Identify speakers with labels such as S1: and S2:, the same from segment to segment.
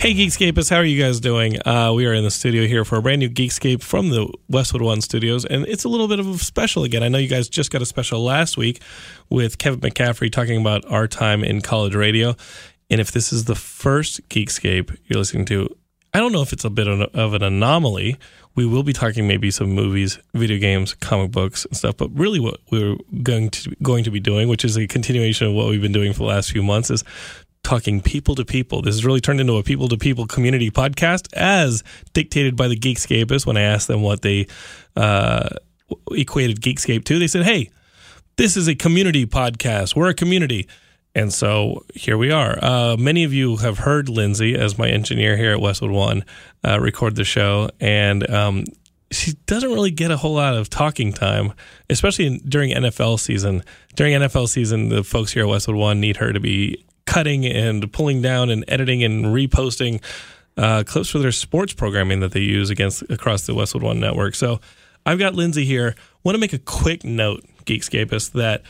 S1: Hey, Geekscapists, how are you guys doing? Uh, we are in the studio here for a brand new Geekscape from the Westwood One Studios, and it's a little bit of a special again. I know you guys just got a special last week with Kevin McCaffrey talking about our time in college radio. And if this is the first Geekscape you're listening to, I don't know if it's a bit of of an anomaly. We will be talking maybe some movies, video games, comic books, and stuff. But really, what we're going to going to be doing, which is a continuation of what we've been doing for the last few months, is talking people to people. This has really turned into a people to people community podcast, as dictated by the Geekscapists. When I asked them what they uh, equated Geekscape to, they said, "Hey, this is a community podcast. We're a community. And so here we are. Uh, many of you have heard Lindsay as my engineer here at Westwood One uh, record the show, and um, she doesn't really get a whole lot of talking time, especially in, during NFL season. During NFL season, the folks here at Westwood One need her to be cutting and pulling down and editing and reposting uh, clips for their sports programming that they use against across the Westwood One network. So I've got Lindsay here. Want to make a quick note, Geekscapist, that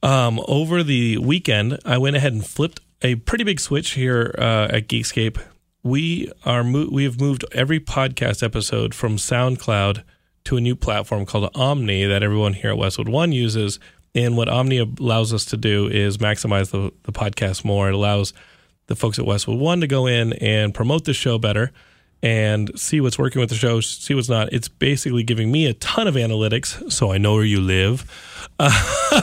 S1: um, over the weekend, I went ahead and flipped a pretty big switch here uh, at Geekscape. We are mo- we have moved every podcast episode from SoundCloud to a new platform called Omni that everyone here at Westwood One uses. And what Omni allows us to do is maximize the, the podcast more. It allows the folks at Westwood One to go in and promote the show better and see what's working with the show, see what's not. It's basically giving me a ton of analytics, so I know where you live. Uh,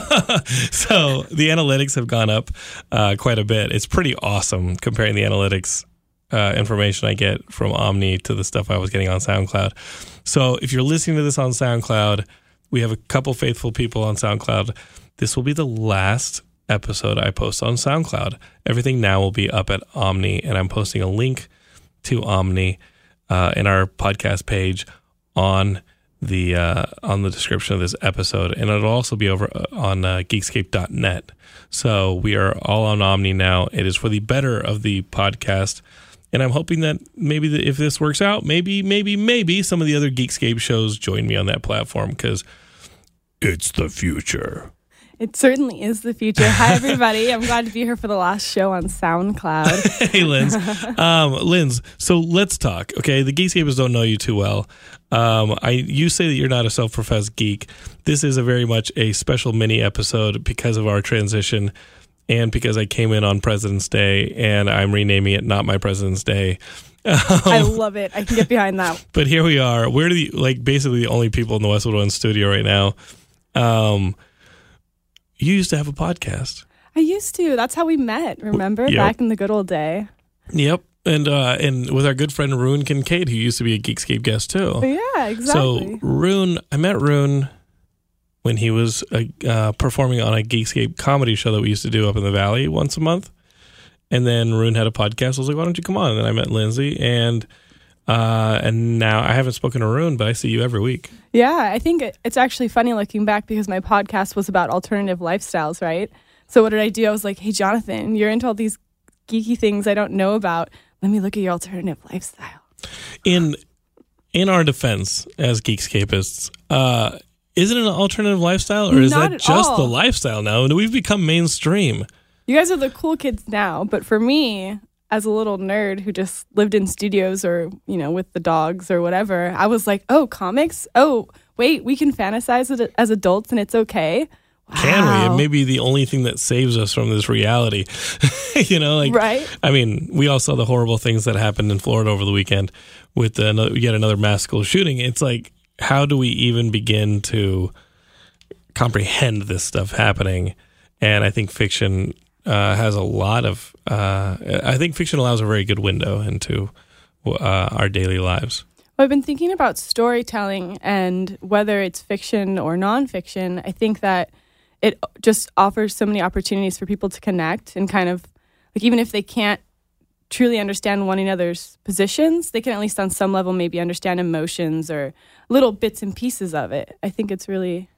S1: so the analytics have gone up uh, quite a bit. It's pretty awesome comparing the analytics uh, information I get from Omni to the stuff I was getting on SoundCloud. So if you're listening to this on SoundCloud, we have a couple faithful people on SoundCloud. This will be the last episode I post on SoundCloud. Everything now will be up at Omni, and I'm posting a link to Omni uh, in our podcast page on the uh, on the description of this episode, and it'll also be over uh, on uh, Geekscape.net. So we are all on Omni now. It is for the better of the podcast, and I'm hoping that maybe the, if this works out, maybe maybe maybe some of the other Geekscape shows join me on that platform because it's the future.
S2: It certainly is the future. Hi, everybody. I'm glad to be here for the last show on SoundCloud.
S1: hey, Linz. Um, Linz, so let's talk. Okay, the Geekscapers don't know you too well. Um, I you say that you're not a self-professed geek. This is a very much a special mini episode because of our transition, and because I came in on President's Day, and I'm renaming it not my President's Day. Um,
S2: I love it. I can get behind that.
S1: But here we are. We're the like basically the only people in the Westwood One studio right now. Um, you used to have a podcast.
S2: I used to. That's how we met, remember?
S1: Yep.
S2: Back in the good old day.
S1: Yep. And uh, and with our good friend Rune Kincaid, who used to be a Geekscape guest too.
S2: But yeah,
S1: So
S2: exactly.
S1: Rune, I met Rune when he was uh, uh, performing on a Geekscape comedy show that we used to do up in the valley once a month. And then Rune had a podcast. I was like, "Why don't you come on?" And then I met Lindsay, and uh, and now I haven't spoken to Rune, but I see you every week.
S2: yeah, I think it, it's actually funny looking back because my podcast was about alternative lifestyles, right? So what did I do? I was like, hey, Jonathan, you're into all these geeky things I don't know about. Let me look at your alternative lifestyle.
S1: In in our defense as Geekscapists, uh, is it an alternative lifestyle, or is
S2: Not
S1: that
S2: at
S1: just
S2: all.
S1: the lifestyle now? And we've become mainstream.
S2: You guys are the cool kids now, but for me, as a little nerd who just lived in studios or, you know, with the dogs or whatever, I was like, oh, comics? Oh, wait, we can fantasize it as adults and it's okay.
S1: Can we? It
S2: Wow.
S1: may be the only thing that saves us from this reality. you know, like
S2: Right.
S1: I mean, we all saw the horrible things that happened in Florida over the weekend with the, ano- yet another mass school shooting. It's like, how do we even begin to comprehend this stuff happening? And I think fiction uh, has a lot of. Uh, I think fiction allows a very good window into uh, our daily lives.
S2: Well, I've been thinking about storytelling and whether it's fiction or nonfiction. I think that it just offers so many opportunities for people to connect and kind of like even if they can't truly understand one another's positions, they can at least on some level maybe understand emotions or little bits and pieces of it. I think it's really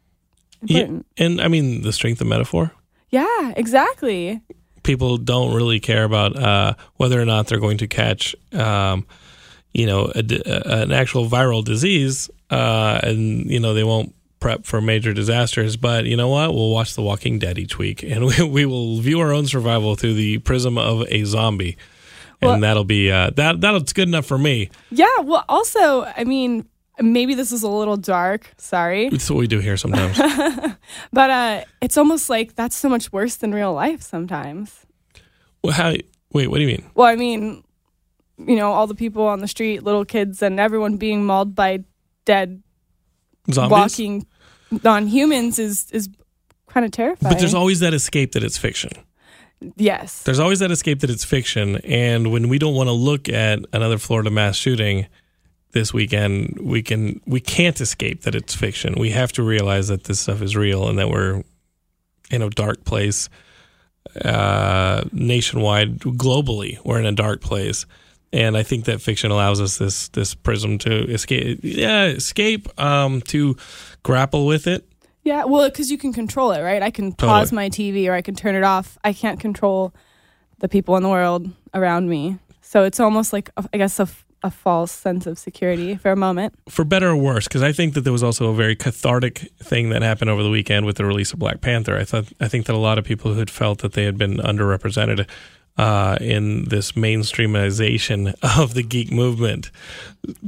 S2: important.
S1: Yeah, and I mean, the strength of metaphor.
S2: Yeah, exactly.
S1: people don't really care about uh, whether or not they're going to catch, um, you know, a di- a- an actual viral disease, uh, and you know they won't prep for major disasters. But you know what? We'll watch The Walking Dead each week, and we, we will view our own survival through the prism of a zombie. and
S2: Well-
S1: that'll be uh, that that's good enough for me.
S2: Yeah. Well, also, I mean, maybe this is a little dark. Sorry.
S1: It's what we do here sometimes.
S2: But uh, it's almost like that's so much worse than real life sometimes.
S1: well, how? Wait, what do you mean?
S2: Well, I mean, you know, all the people on the street, little kids, and everyone being mauled by dead
S1: Zombies?
S2: walking non-humans is is kind of terrifying.
S1: But there's always that escape that it's fiction.
S2: yes,
S1: There's always that escape that it's fiction. And when we don't want to look at another Florida mass shooting this weekend, we can we can't escape that it's fiction. We have to realize that this stuff is real and that we're in a dark place uh, nationwide, globally. We're in a dark place. And I think that fiction allows us this this prism to escape, yeah, escape um, to grapple with it.
S2: yeah. Well, because you can control it, right? I can
S1: Totally.
S2: pause my TV or I can turn it off. I can't control the people in the world around me, so it's almost like a- I guess a, f- a false sense of security for a moment.
S1: for better or worse, because I think that there was also a very cathartic thing that happened over the weekend with the release of Black Panther. I thought I think that a lot of people who had felt that they had been underrepresented uh, in this mainstreamization of the geek movement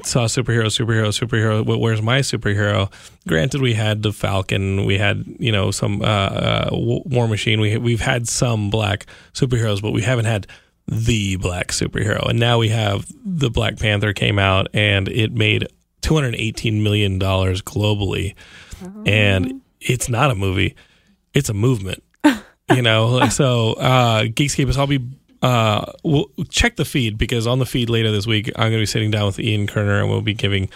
S1: saw superhero, superhero, superhero. wh- Where's my superhero? Granted, we had the Falcon, we had you know some uh, uh, W- War Machine. We we've had some black superheroes, but we haven't had the black superhero. And now we have the Black Panther came out, and it made 218 million dollars globally, and it's not a movie; it's a movement. You know, so uh, Geekscape is. I'll be uh, we'll check the feed because on the feed later this week, I'm going to be sitting down with Ian Kerner and we'll be giving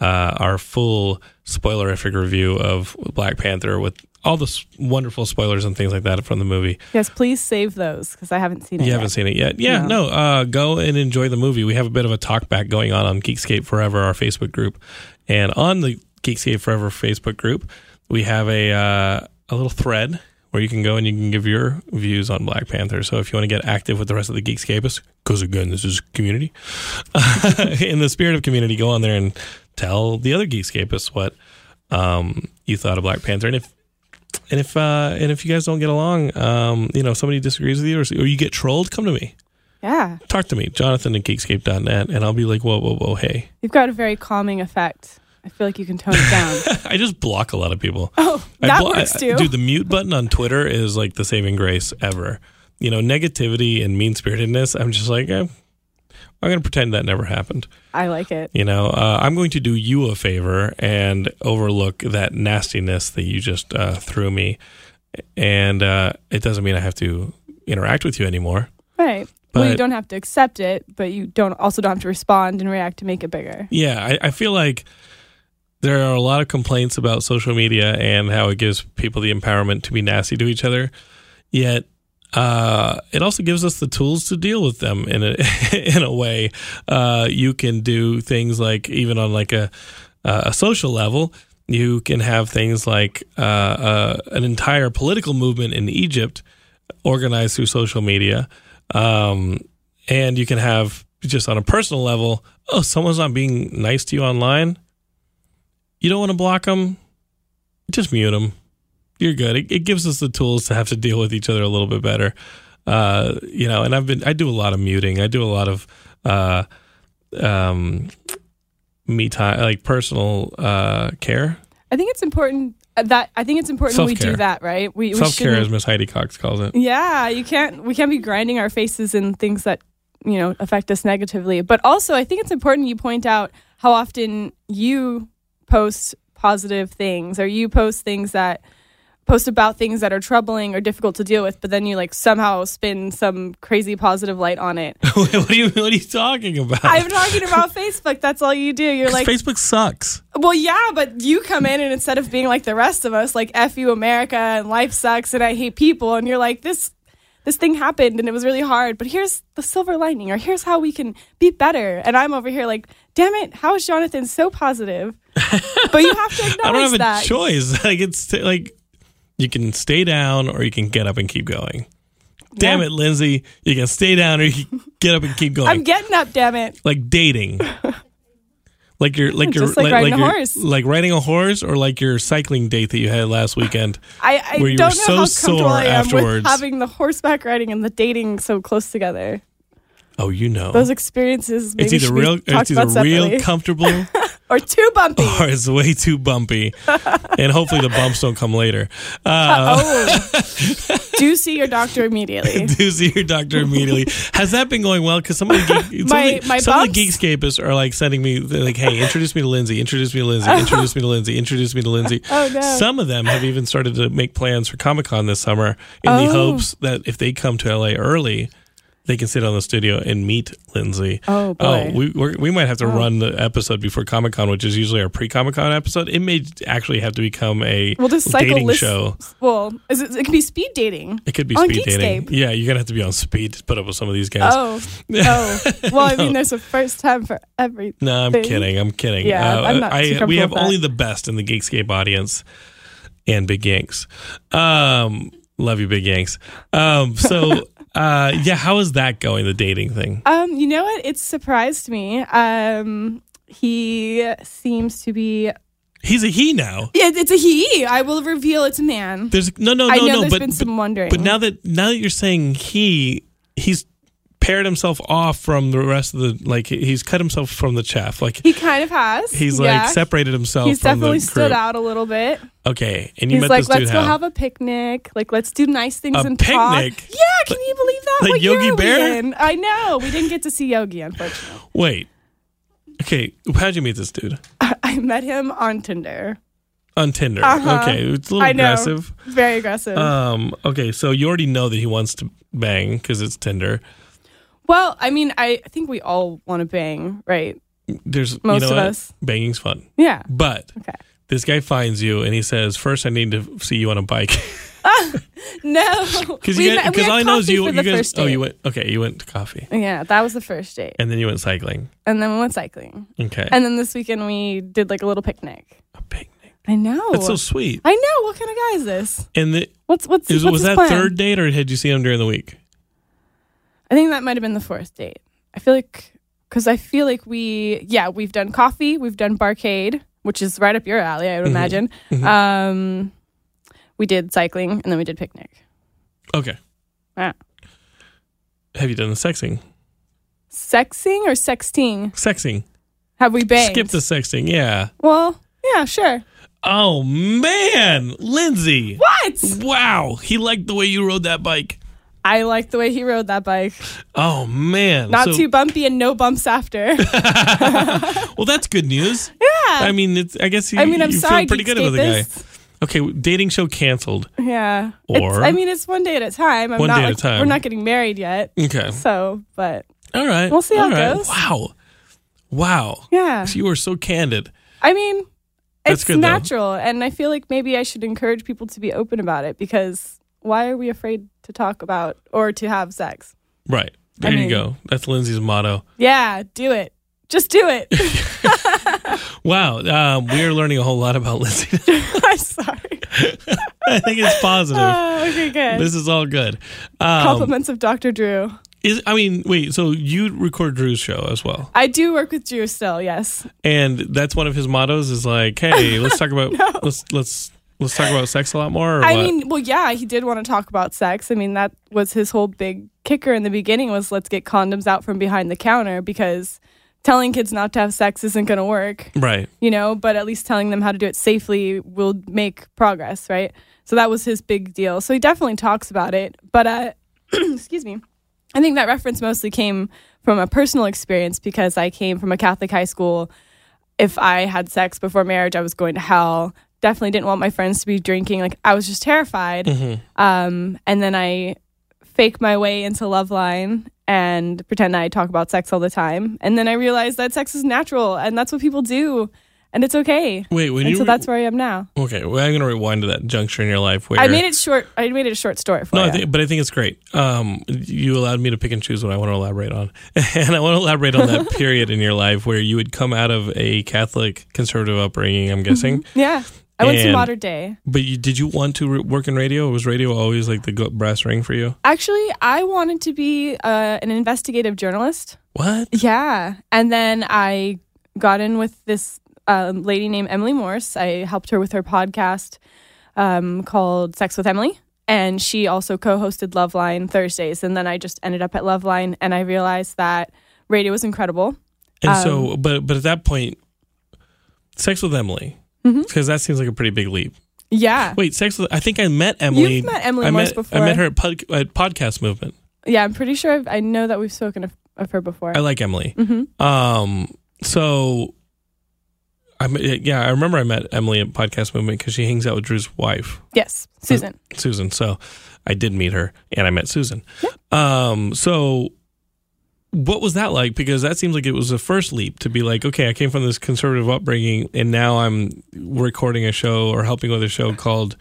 S1: uh, our full spoilerific review of Black Panther with all the s- wonderful spoilers and things like that from the movie.
S2: Yes, please save those because I haven't seen it.
S1: You
S2: yet.
S1: haven't seen it yet. Yeah, no, uh, go and enjoy the movie. We have a bit of a talk back going on on Geekscape Forever, our Facebook group. And on the Geekscape Forever Facebook group, we have a, uh, a little thread where you can go and you can give your views on Black Panther. So if you want to get active with the rest of the Geekscapists, because again, this is community, in the spirit of community, go on there and tell the other Geekscapists what um, you thought of Black Panther. And if and if uh, and if you guys don't get along, um, you know somebody disagrees with you, or, or you get trolled, come to me,
S2: Yeah,
S1: talk to me, Jonathan at Geekscape.net, and I'll be like, whoa, whoa, whoa, hey,
S2: you've got a very calming effect. I feel like you can tone it down.
S1: I just block a lot of people.
S2: oh, that
S1: I blo-
S2: works
S1: I-
S2: too.
S1: dude. The mute button on Twitter is like the saving grace ever. You know, negativity and mean spiritedness. I'm just like, eh, I'm going to pretend that never happened.
S2: I like it.
S1: You know, uh, I'm going to do you a favor and overlook that nastiness that you just uh, threw me, and uh, it doesn't mean I have to interact with you anymore.
S2: Right. well,
S1: But-
S2: you don't have to accept it, but you don't also don't have to respond and react to make it bigger.
S1: Yeah, I, I feel like there are a lot of complaints about social media and how it gives people the empowerment to be nasty to each other. Yet, uh, it also gives us the tools to deal with them in a in a way. Uh, you can do things like even on like a a social level. You can have things like uh, uh, an entire political movement in Egypt organized through social media. Um, and you can have just on a personal level, oh, someone's not being nice to you online. You don't want to block them, just mute them. You're good. It, it gives us the tools to have to deal with each other a little bit better. Uh, you know, and I've been, I do a lot of muting. I do a lot of, uh, um, me time, like personal, uh, care.
S2: I think it's important uh, that I think it's important we
S1: Self-care.
S2: do that, right? We, we
S1: Self care, as
S2: shouldn't.
S1: Miss Heidi Cox calls it.
S2: Yeah, you can't. We can't be grinding our faces in things that you know affect us negatively. But also, I think it's important you point out how often you post positive things or you post things that post about things that are troubling or difficult to deal with but then you like somehow spin some crazy positive light on it
S1: what, are you, what are you talking about?
S2: i'm talking about facebook that's all you do you're
S1: 'Cause
S2: like
S1: Facebook sucks.
S2: Well, yeah, but you come in and instead of being like the rest of us, like "f you America" and life sucks and I hate people, and you're like this, this thing happened and it was really hard, but here's the silver lining, or here's how we can be better. And I'm over here like, damn it, how is Jonathan so positive? but you have to acknowledge
S1: I don't have
S2: that.
S1: a choice. Like it's like you can stay down or you can get up and keep going. Damn
S2: Yeah.
S1: it, Lindsay! You can stay down or you can get up and keep going.
S2: I'm getting up, damn it.
S1: like dating, like you're like you're
S2: Just like riding a
S1: you're-
S2: horse.
S1: like riding a horse, or like your cycling date that you had last weekend.
S2: I, I
S1: Where you
S2: don't
S1: were
S2: know
S1: so
S2: how comfortable
S1: sore
S2: I am
S1: afterwards.
S2: with having the horseback riding and the dating so close together.
S1: Oh, you know.
S2: Those experiences
S1: it's
S2: maybe
S1: either
S2: should be
S1: real, it's
S2: talked
S1: either
S2: about
S1: real
S2: separately.
S1: comfortable,
S2: or too bumpy.
S1: or it's way too bumpy, and hopefully the bumps don't come later. Uh,
S2: oh, do see your doctor immediately.
S1: do see your doctor immediately. Has that been going well? Because some of the, geek, some,
S2: My-
S1: of the,
S2: my
S1: some of
S2: bumps?
S1: the Geekscapists are like sending me they're like, "Hey, introduce me to Lindsay. Introduce me to Lindsay. Introduce me to Lindsay. Introduce me to Lindsay."
S2: Oh, no.
S1: Some of them have even started to make plans for Comic Con this summer in the
S2: Oh.
S1: hopes that if they come to LA early, they can sit on the studio and meet Lindsay.
S2: Oh
S1: Oh,
S2: boy.
S1: we we're, we might have to
S2: Oh.
S1: run the episode before Comic Con, which is usually our pre Comic Con episode. It may actually have to become a
S2: We'll just cycle
S1: dating
S2: list-
S1: show.
S2: well, is it, it can be speed dating.
S1: It could be
S2: on
S1: speed dating.
S2: Geekscape.
S1: Yeah, you're gonna have to be on speed to put up with some of these guys.
S2: Oh, oh. Well, I mean, there's a first time for every.
S1: No, I'm
S2: thing.
S1: kidding. I'm kidding. Uh,
S2: Yeah, I'm not too
S1: I, we
S2: comfortable
S1: have
S2: with that.
S1: only the best in the Geekscape audience and Big Yanks. Um, love you, Big Yanks. Um, so, uh, yeah, how is that going, the dating thing?
S2: Um, you know what? It surprised me. Um, he seems to be.
S1: He's a he now.
S2: Yeah, it's a he. I will reveal it's a man.
S1: There's no, no, no,
S2: I know
S1: no.
S2: there's
S1: but,
S2: been some wondering.
S1: but now that now that you're saying he, he's paired himself off from the rest of the like he's cut himself from the chaff. Like
S2: he kind of has.
S1: he's
S2: yeah.
S1: like separated himself.
S2: He's
S1: from
S2: definitely
S1: the group.
S2: stood out a little bit.
S1: Okay, and you
S2: he's
S1: met
S2: like,
S1: this dude
S2: let's
S1: how?
S2: go have a picnic. Like, let's do nice things
S1: A
S2: and talk. Yeah,
S1: picnic?
S2: can you believe that?
S1: like
S2: What year
S1: Yogi
S2: are we
S1: Bear?
S2: in? I know. We didn't get to see Yogi, unfortunately.
S1: Wait. Okay, how'd you meet this dude?
S2: I met him on Tinder.
S1: On Tinder.
S2: Uh-huh.
S1: Okay, it's a little
S2: I know.
S1: aggressive.
S2: Very aggressive.
S1: Um, okay, so you already know that he wants to bang because it's Tinder.
S2: well, I mean, I think we all want to bang, right?
S1: There's
S2: Most
S1: you know
S2: of
S1: what?
S2: us.
S1: Banging's fun.
S2: Yeah.
S1: But
S2: Okay.
S1: this guy finds you and he says, First, I need to see you on a bike.
S2: No.
S1: Because
S2: We met- we had
S1: all I know is
S2: coffee
S1: you,
S2: for
S1: you
S2: the
S1: guys.
S2: first
S1: Oh,
S2: date.
S1: you went, okay, you went to coffee
S2: Yeah, that was the first date.
S1: and then you went cycling.
S2: And then we went cycling.
S1: Okay.
S2: And then this weekend we did like a little picnic.
S1: a picnic.
S2: I know.
S1: That's so sweet.
S2: I know. What kind of guy is this?
S1: And the,
S2: What's what's,
S1: is,
S2: what's
S1: was
S2: his
S1: that
S2: plan?
S1: third date or had you seen him during the week?
S2: I think that might have been the fourth date. I feel like because I feel like we yeah we've done coffee, we've done barcade, which is right up your alley,
S1: Mm-hmm.
S2: I would imagine. Um, we did cycling and then we did picnic.
S1: Okay.
S2: Yeah.
S1: Have you done the sexing?
S2: Sexing or sexting?
S1: Sexing.
S2: Have we banged?
S1: Skip the sexting. Yeah.
S2: Well, yeah, sure.
S1: Oh man, Lindsay!
S2: What?
S1: Wow, he liked the way you rode that bike.
S2: I like the way he rode that bike.
S1: Oh man,
S2: Not
S1: So-
S2: too bumpy and no bumps after. yeah.
S1: well, that's good news. I mean, it's, I guess you,
S2: I mean, I'm
S1: you
S2: sorry,
S1: feel pretty good about the guy.
S2: Geekscapists.
S1: Okay, w- dating show canceled.
S2: Yeah. It's-
S1: Or-
S2: I mean, it's one day at a time. I'm
S1: One
S2: not
S1: day at a
S2: like-
S1: time.
S2: We're not getting married yet.
S1: Okay,
S2: So, but
S1: all right.
S2: We'll see how
S1: All
S2: it
S1: right.
S2: goes.
S1: Wow, wow,
S2: yeah.
S1: you are so candid.
S2: I mean,
S1: That's
S2: it's
S1: good, though.
S2: natural. And I feel like maybe I should encourage people to be open about it because why are we afraid to talk about or to have sex?
S1: Right there, you
S2: mean-
S1: go. That's Lindsay's motto.
S2: Yeah, do it. Just do it.
S1: Wow, um, we are learning a whole lot about Lindsay.
S2: I'm sorry.
S1: I think it's positive.
S2: Oh, okay, good.
S1: this is all good. Um,
S2: Compliments of Dr. Drew.
S1: is, I mean, wait. So you record Drew's show as well?
S2: I do work with Drew still, yes.
S1: and that's one of his mottos is like hey let's talk about let's let's let's talk about sex a lot more or
S2: I
S1: what?
S2: mean, well, yeah, he did want to talk about sex. I mean, that was his whole big kicker in the beginning was let's get condoms out from behind the counter because telling kids not to have sex isn't going to work.
S1: right
S2: you know, but at least telling them how to do it safely will make progress, right? So that was his big deal. So he definitely talks about it, but uh, excuse me. I think that reference mostly came from a personal experience because I came from a Catholic high school. If I had sex before marriage, I was going to hell. Definitely didn't want my friends to be drinking. Like I was just terrified. Um, and then I fake my way into Loveline and pretend I talk about sex all the time. And then I realized that sex is natural and that's what people do and it's okay.
S1: wait when
S2: And
S1: you
S2: so that's where I am now.
S1: okay well, i'm gonna rewind to that juncture in your life where
S2: I made it Oh, short. I made it a short story for
S1: no,
S2: you.
S1: I think, but I think it's great. Um, you allowed me to pick and choose what I want to elaborate on, and I want to elaborate on that period in your life where you would come out of a Catholic conservative upbringing. I'm guessing,
S2: yeah. I went to
S1: And-
S2: modern day.
S1: but you, did you want to re- work in radio? Was radio always like the go- brass ring for you?
S2: Actually, I wanted to be uh, an investigative journalist.
S1: What?
S2: Yeah. And then I got in with this um, lady named Emily Morse. I helped her with her podcast um, called Sex with Emily. and she also co-hosted Loveline Thursdays. And then I just ended up at Loveline, and I realized that radio was incredible.
S1: And
S2: Um,
S1: so, but but at that point, sex with Emily,
S2: Mm-hmm.
S1: because that seems like a pretty big leap.
S2: Yeah,
S1: Wait, sex with I think I met Emily.
S2: You've met Emily
S1: I
S2: Morse
S1: met,
S2: before.
S1: I met her at, pod, at Podcast Movement.
S2: yeah, I'm pretty sure I've, I know that we've spoken of, of her before.
S1: I like Emily.
S2: hmm
S1: Um, so I me- yeah, I remember I met Emily at Podcast Movement because she hangs out with Drew's wife,
S2: Yes, Susan.
S1: Susan. So I did meet her, and I met Susan. Um, so what was that like? Because that seems like it was the first leap to be like, okay, I came from this conservative upbringing, and now I'm recording a show or helping with a show called.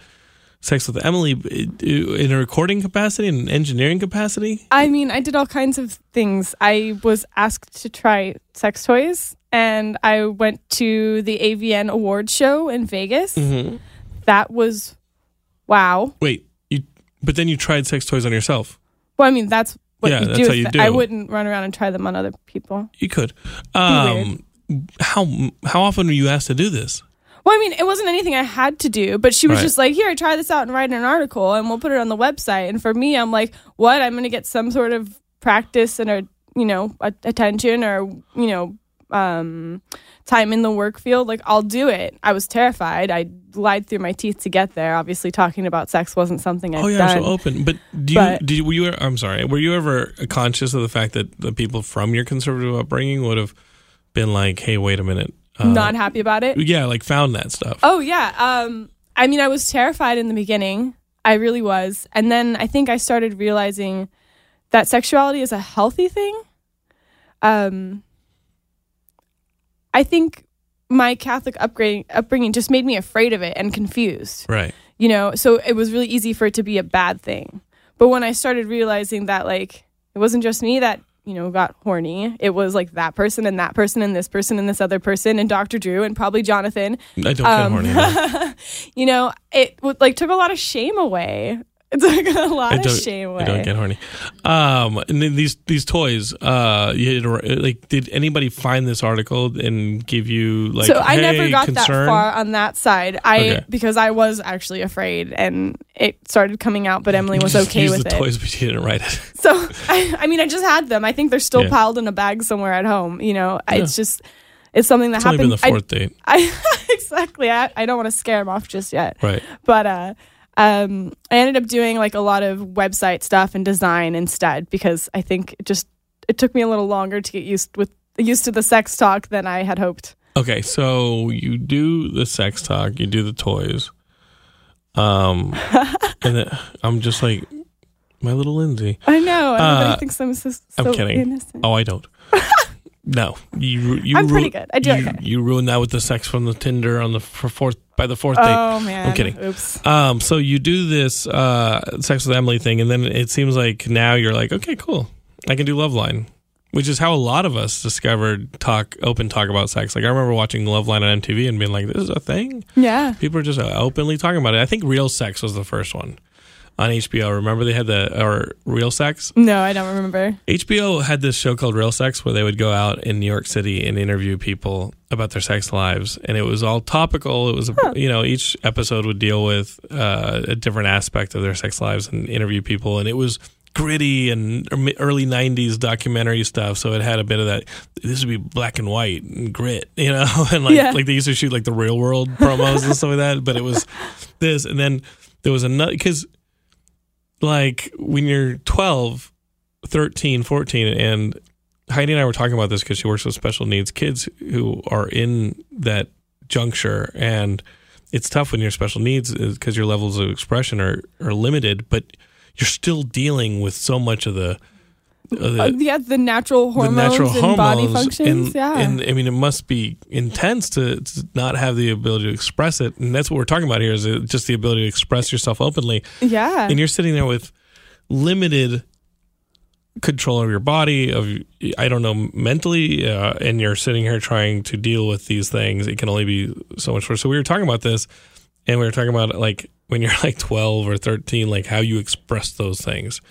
S1: Sex with Emily in a recording capacity and an engineering capacity.
S2: I mean, I did all kinds of things. I was asked to try sex toys, and I went to the AVN award show in Vegas.
S1: Mm-hmm.
S2: That was wow.
S1: Wait, you but then you tried sex toys on yourself.
S2: Well, I mean, that's what
S1: Yeah,
S2: you,
S1: that's
S2: do,
S1: how
S2: with
S1: you
S2: it.
S1: do.
S2: I wouldn't run around and try them on other people.
S1: You could. Um, how how often were you asked to do this?
S2: Well, I mean, it wasn't anything I had to do, but she was
S1: Right.
S2: just like, "Here, try this out and write an article, and we'll put it on the website." And for me, I'm like, "What? I'm going to get some sort of practice and a you know a- attention or you know um, time in the work field. Like, I'll do it." I was terrified. I lied through my teeth to get there. Obviously, talking about sex wasn't something I'd
S1: oh yeah,
S2: done.
S1: I'm so open. But do you
S2: But-
S1: did you- were you? I'm sorry. Were you ever conscious of the fact that the people from your conservative upbringing would have been like, "Hey, wait a minute." Uh,
S2: Not happy about it.
S1: yeah, like found that stuff.
S2: Oh yeah. Um I mean I was terrified in the beginning. I really was. And then I think I started realizing that sexuality is a healthy thing. Um I think my Catholic upgrade, upbringing just made me afraid of it and confused,
S1: Right.
S2: you know? So it was really easy for it to be a bad thing. But when I started realizing that, like, it wasn't just me that, you know, got horny, it was like that person and that person and this person and this other person and Dr. Drew and probably Jonathan
S1: I don't
S2: Um,
S1: get horny. though.
S2: you know, it w- like took a lot of shame away. It took a lot
S1: I
S2: of
S1: don't.
S2: shame away.
S1: I don't get horny. Um, and then these these toys. Uh, you had to- like did anybody find this article and give you like?
S2: so I never
S1: "Hey,
S2: got
S1: concern?
S2: that far on that side. I
S1: Okay.
S2: because I was actually afraid, and it started coming out. But Emily
S1: You
S2: was
S1: just
S2: okay
S1: used
S2: with
S1: the
S2: it.
S1: toys, but you didn't write it.
S2: So I, I mean, I just had them. I think they're still
S1: Yeah.
S2: piled in a bag somewhere at home. You know, it's just it's something that
S1: It's only
S2: happened.
S1: been the
S2: I-
S1: fourth date,
S2: I, exactly. I, I don't want to scare him off just yet.
S1: right?
S2: but uh um i ended up doing like a lot of website stuff and design instead because i think it just it took me a little longer to get used with used to the sex talk than i had hoped
S1: Okay, so you do the sex talk, you do the toys, um, and then I'm just like my little Lindsay.
S2: i know everybody
S1: Uh,
S2: thinks i'm so, so
S1: I'm kidding.
S2: innocent
S1: Oh, I don't. No, you. ru- you
S2: I'm pretty
S1: ru-
S2: good. I do
S1: You,
S2: okay.
S1: you ruined that with the sex from the Tinder on the f- fourth by the fourth date.
S2: oh man
S1: kidding.
S2: oops
S1: Um, so you do this uh, sex with Emily thing, and then it seems like now you're like, okay, cool, I can do Loveline, which is how a lot of us discovered talk, open talk about sex. Like I remember watching Loveline on MTV and being like, this is a thing.
S2: yeah
S1: People are just openly talking about it. I think Real Sex was the first one on HBO. Remember they had the or Real Sex?
S2: no i don't remember
S1: HBO had this show called Real Sex where they would go out in New York City and interview people about their sex lives, and it was all topical. It was you know each episode would deal with uh, a different aspect of their sex lives and interview people, and it was gritty and early- early 90s documentary stuff so it had a bit of that this would be black and white and grit you know and like
S2: Yeah.
S1: like they used to shoot like the real world promos and stuff like that but it was this and then there was another because like when you're 12 13 14 and heidi and i were talking about this because she works with special needs kids who are in that juncture and it's tough when your special needs because your levels of expression are, are limited but you're still dealing with so much of the, of the
S2: Uh, yeah the natural hormones and body functions
S1: and,
S2: yeah
S1: and I mean, it must be intense to, to not have the ability to express it, and that's what we're talking about here is uh, just the ability to express yourself openly.
S2: yeah
S1: And you're sitting there with limited control of your body, of I don't know, mentally, uh, and you're sitting here trying to deal with these things. It can only be so much worse. So we were talking about this, and we were talking about like when you're like 12 or 13, like how you express those things.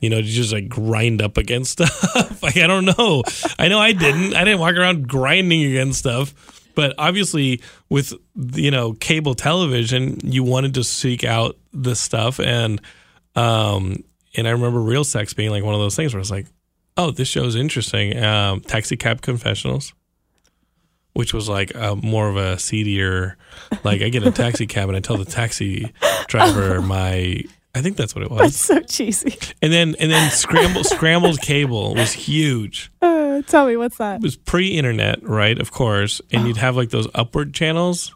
S1: You know, did you just like grind up against stuff? like I don't know. I know I didn't. I didn't walk around grinding against stuff. But obviously, with you know cable television, you wanted to seek out this stuff, and Um, and I remember Real Sex being like one of those things where I was like, oh, this show's interesting. Um, Taxi Cab Confessionals, which was like a, more of a seedier, like I get in a taxi cab and I tell the taxi driver my, I think that's what it
S2: That's
S1: was.
S2: so cheesy.
S1: And then, and then Scrambled, Scrambled Cable was huge
S2: Uh, tell me, what's that?
S1: it was pre-internet, right? Of course, and you'd have like those upward channels,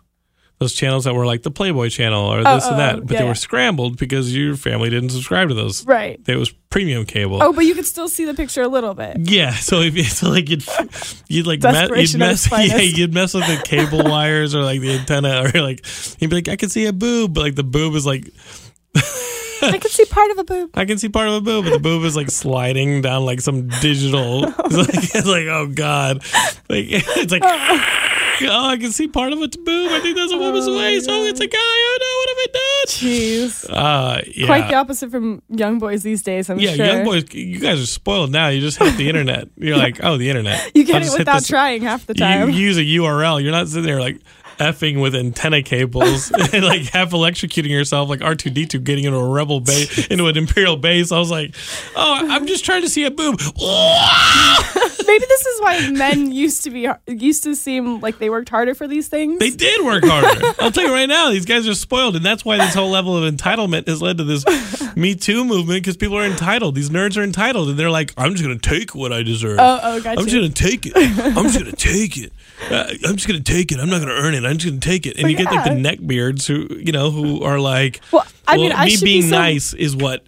S1: those channels that were like the Playboy channel or this
S2: oh,
S1: and that, but
S2: yeah,
S1: they
S2: yeah.
S1: were scrambled because your family didn't subscribe to those.
S2: Right.
S1: There was premium cable.
S2: Oh, but you could still see the picture a little bit.
S1: Yeah, so if you so like you'd you'd like me- you'd
S2: Desperation at
S1: mess
S2: its
S1: yeah,
S2: finest.
S1: you'd mess with the cable wires or like the antenna or like you'd be like I can see a boob, but like the boob is like
S2: I could see part of a boob.
S1: I can see part of a boob, but the boob is like sliding down like some
S2: Oh
S1: digital. It's like, it's like oh god, like it's like oh, I can see part of a boob. I think that's a woman's
S2: Oh, my
S1: waist. Oh, it's a guy. Oh no, what have
S2: Jeez.
S1: I done? Uh, yeah,
S2: Quite the opposite from young boys these days, I'm
S1: yeah.
S2: sure.
S1: Young boys, you guys are spoiled now. You just hit the internet. You're like, oh, the internet.
S2: You get
S1: I'll
S2: it
S1: just hit
S2: without
S1: this-
S2: trying half the
S1: You
S2: time.
S1: use a URL. You're not sitting there like effing with antenna cables and like half electrocuting yourself, like R two D two getting into a rebel base, into an imperial base. I was like, oh, I'm just trying to see a boob.
S2: Maybe this is why men used to be used to seem like they worked harder for these things.
S1: They did work harder. I'll tell you right now, these guys are spoiled, and that's why this whole level of entitlement has led to this Me Too movement because people are entitled. These nerds are entitled, and they're like, I'm just gonna take what I deserve.
S2: oh, oh, gotcha.
S1: I'm just gonna take it. I'm just gonna take it. Uh, I'm just gonna take it. I'm not gonna earn it. I'm just gonna take it. And you get like the
S2: yeah.
S1: neckbeards who you know who are like,
S2: Well, I mean,
S1: "Well,
S2: I
S1: me
S2: should be
S1: being
S2: so-
S1: nice is what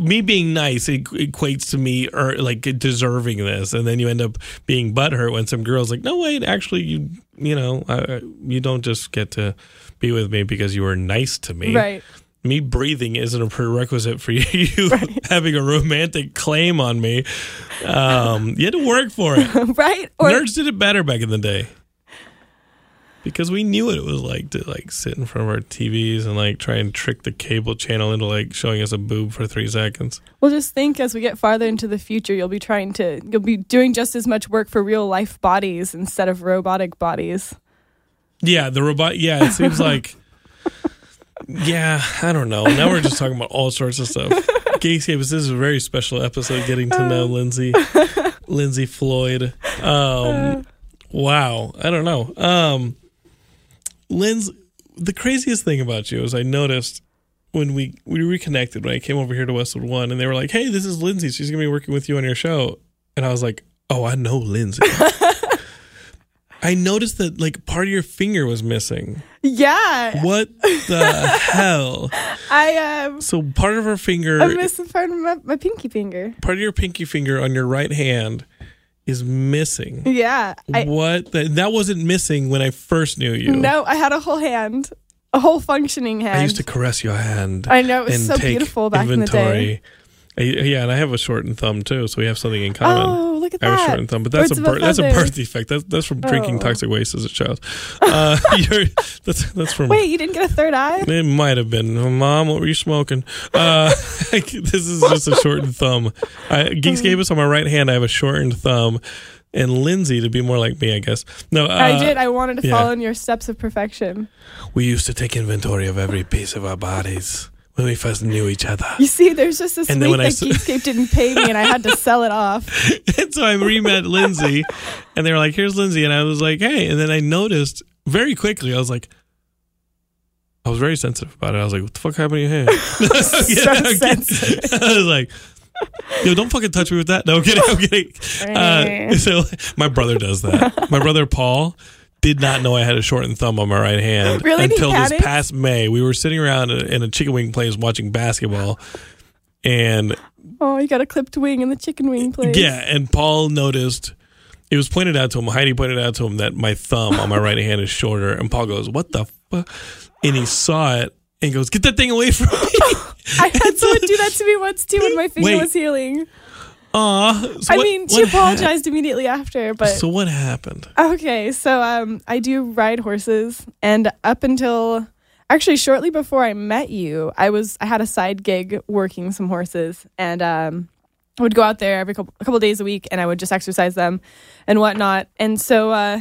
S1: me being nice equ- equates to me or like deserving this, and then you end up being butthurt when some girl's like, no wait, actually you you know uh, you don't just get to be with me because you were nice to me
S2: right.
S1: me breathing isn't a prerequisite for you having a romantic claim on me. Um, you had to work for it.
S2: right? Or
S1: Nerds did it better back in the day because we knew what it was like to like sit in front of our TVs and like try and trick the cable channel into like showing us a boob for three seconds.
S2: Well, just think as we get farther into the future, you'll be trying to, you'll be doing just as much work for real life bodies instead of robotic bodies.
S1: Yeah, the robot. Yeah, it seems like. Yeah, I don't know. Now we're just talking about all sorts of stuff. Geekscape, this is a very special episode getting to know Lindsay, Lindsay Floyd. Um, wow, I don't know. Um, Linz, the craziest thing about you is I noticed when we, we reconnected when I came over here to Westwood One, and they were like, "Hey, this is Lindsay. She's gonna be working with you on your show," and I was like, "Oh, I know Lindsay." I noticed that like part of your finger was missing.
S2: Yeah.
S1: What the hell?
S2: I um,
S1: So part of her finger,
S2: I missed the part of my, my pinky finger.
S1: part of your pinky finger on your right hand is missing.
S2: Yeah. I
S1: what? The, that wasn't missing when I first knew you.
S2: No, I had a whole hand, a whole functioning hand.
S1: I used to caress your hand.
S2: I know, it was
S1: and
S2: so
S1: take
S2: beautiful back in the day.
S1: inventory. I- yeah, and I have a shortened thumb too, so we have something in common.
S2: Oh, look at
S1: I have a
S2: that.
S1: shortened thumb, but that's
S2: Birds
S1: a
S2: of a
S1: birth, that's a
S2: feather.
S1: birth defect. That's that's from drinking
S2: Oh.
S1: toxic waste as a child. Uh, you're, that's that's from
S2: Wait, you didn't get a third eye?
S1: It might have been. Mom, what were you smoking? Uh, this is just a shortened thumb. I, Geeks gave us on my right hand. I have a shortened thumb. And Lindsay, to be more like me, I guess. No, uh,
S2: I did. I wanted to
S1: yeah.
S2: follow in your steps of perfection.
S1: We used to take inventory of every piece of our bodies when we first knew each other.
S2: You see, there's just this
S1: And then
S2: week
S1: when I s-
S2: that Geekscape didn't pay me and I had to sell it off.
S1: and so I re-met Lindsay, and they were like, "Here's Lindsay," and I was like, "Hey!" And then I noticed very quickly. I was like, I was very sensitive about it. I was like, "What the fuck happened to your hand?" so
S2: sensitive.
S1: I was like. Yo, don't fucking touch me with that. No, I'm kidding. I'm kidding. Uh, so my brother does that. My brother Paul did not know I had a shortened thumb on my right hand
S2: Really? He
S1: until
S2: had
S1: this
S2: it?
S1: past May. We were sitting around in a- in a chicken wing place watching basketball, and
S2: Oh, you got a clipped wing in the chicken wing place.
S1: yeah, and Paul noticed it was pointed out to him. Heidi pointed out to him that my thumb on my right hand is shorter, and Paul goes, "What the?" Fuck? And he saw it and goes, "Get that thing away from me!"
S2: I had someone do that to me once too when my finger
S1: Wait.
S2: was healing.
S1: Aw. So
S2: I
S1: what-
S2: mean, she
S1: what hap-
S2: apologized immediately after, but
S1: So what happened?
S2: okay. So um, I do ride horses, and up until actually shortly before I met you, I was I had a side gig working some horses, and um, I would go out there every couple, a couple days a week, and I would just exercise them and whatnot. And so uh,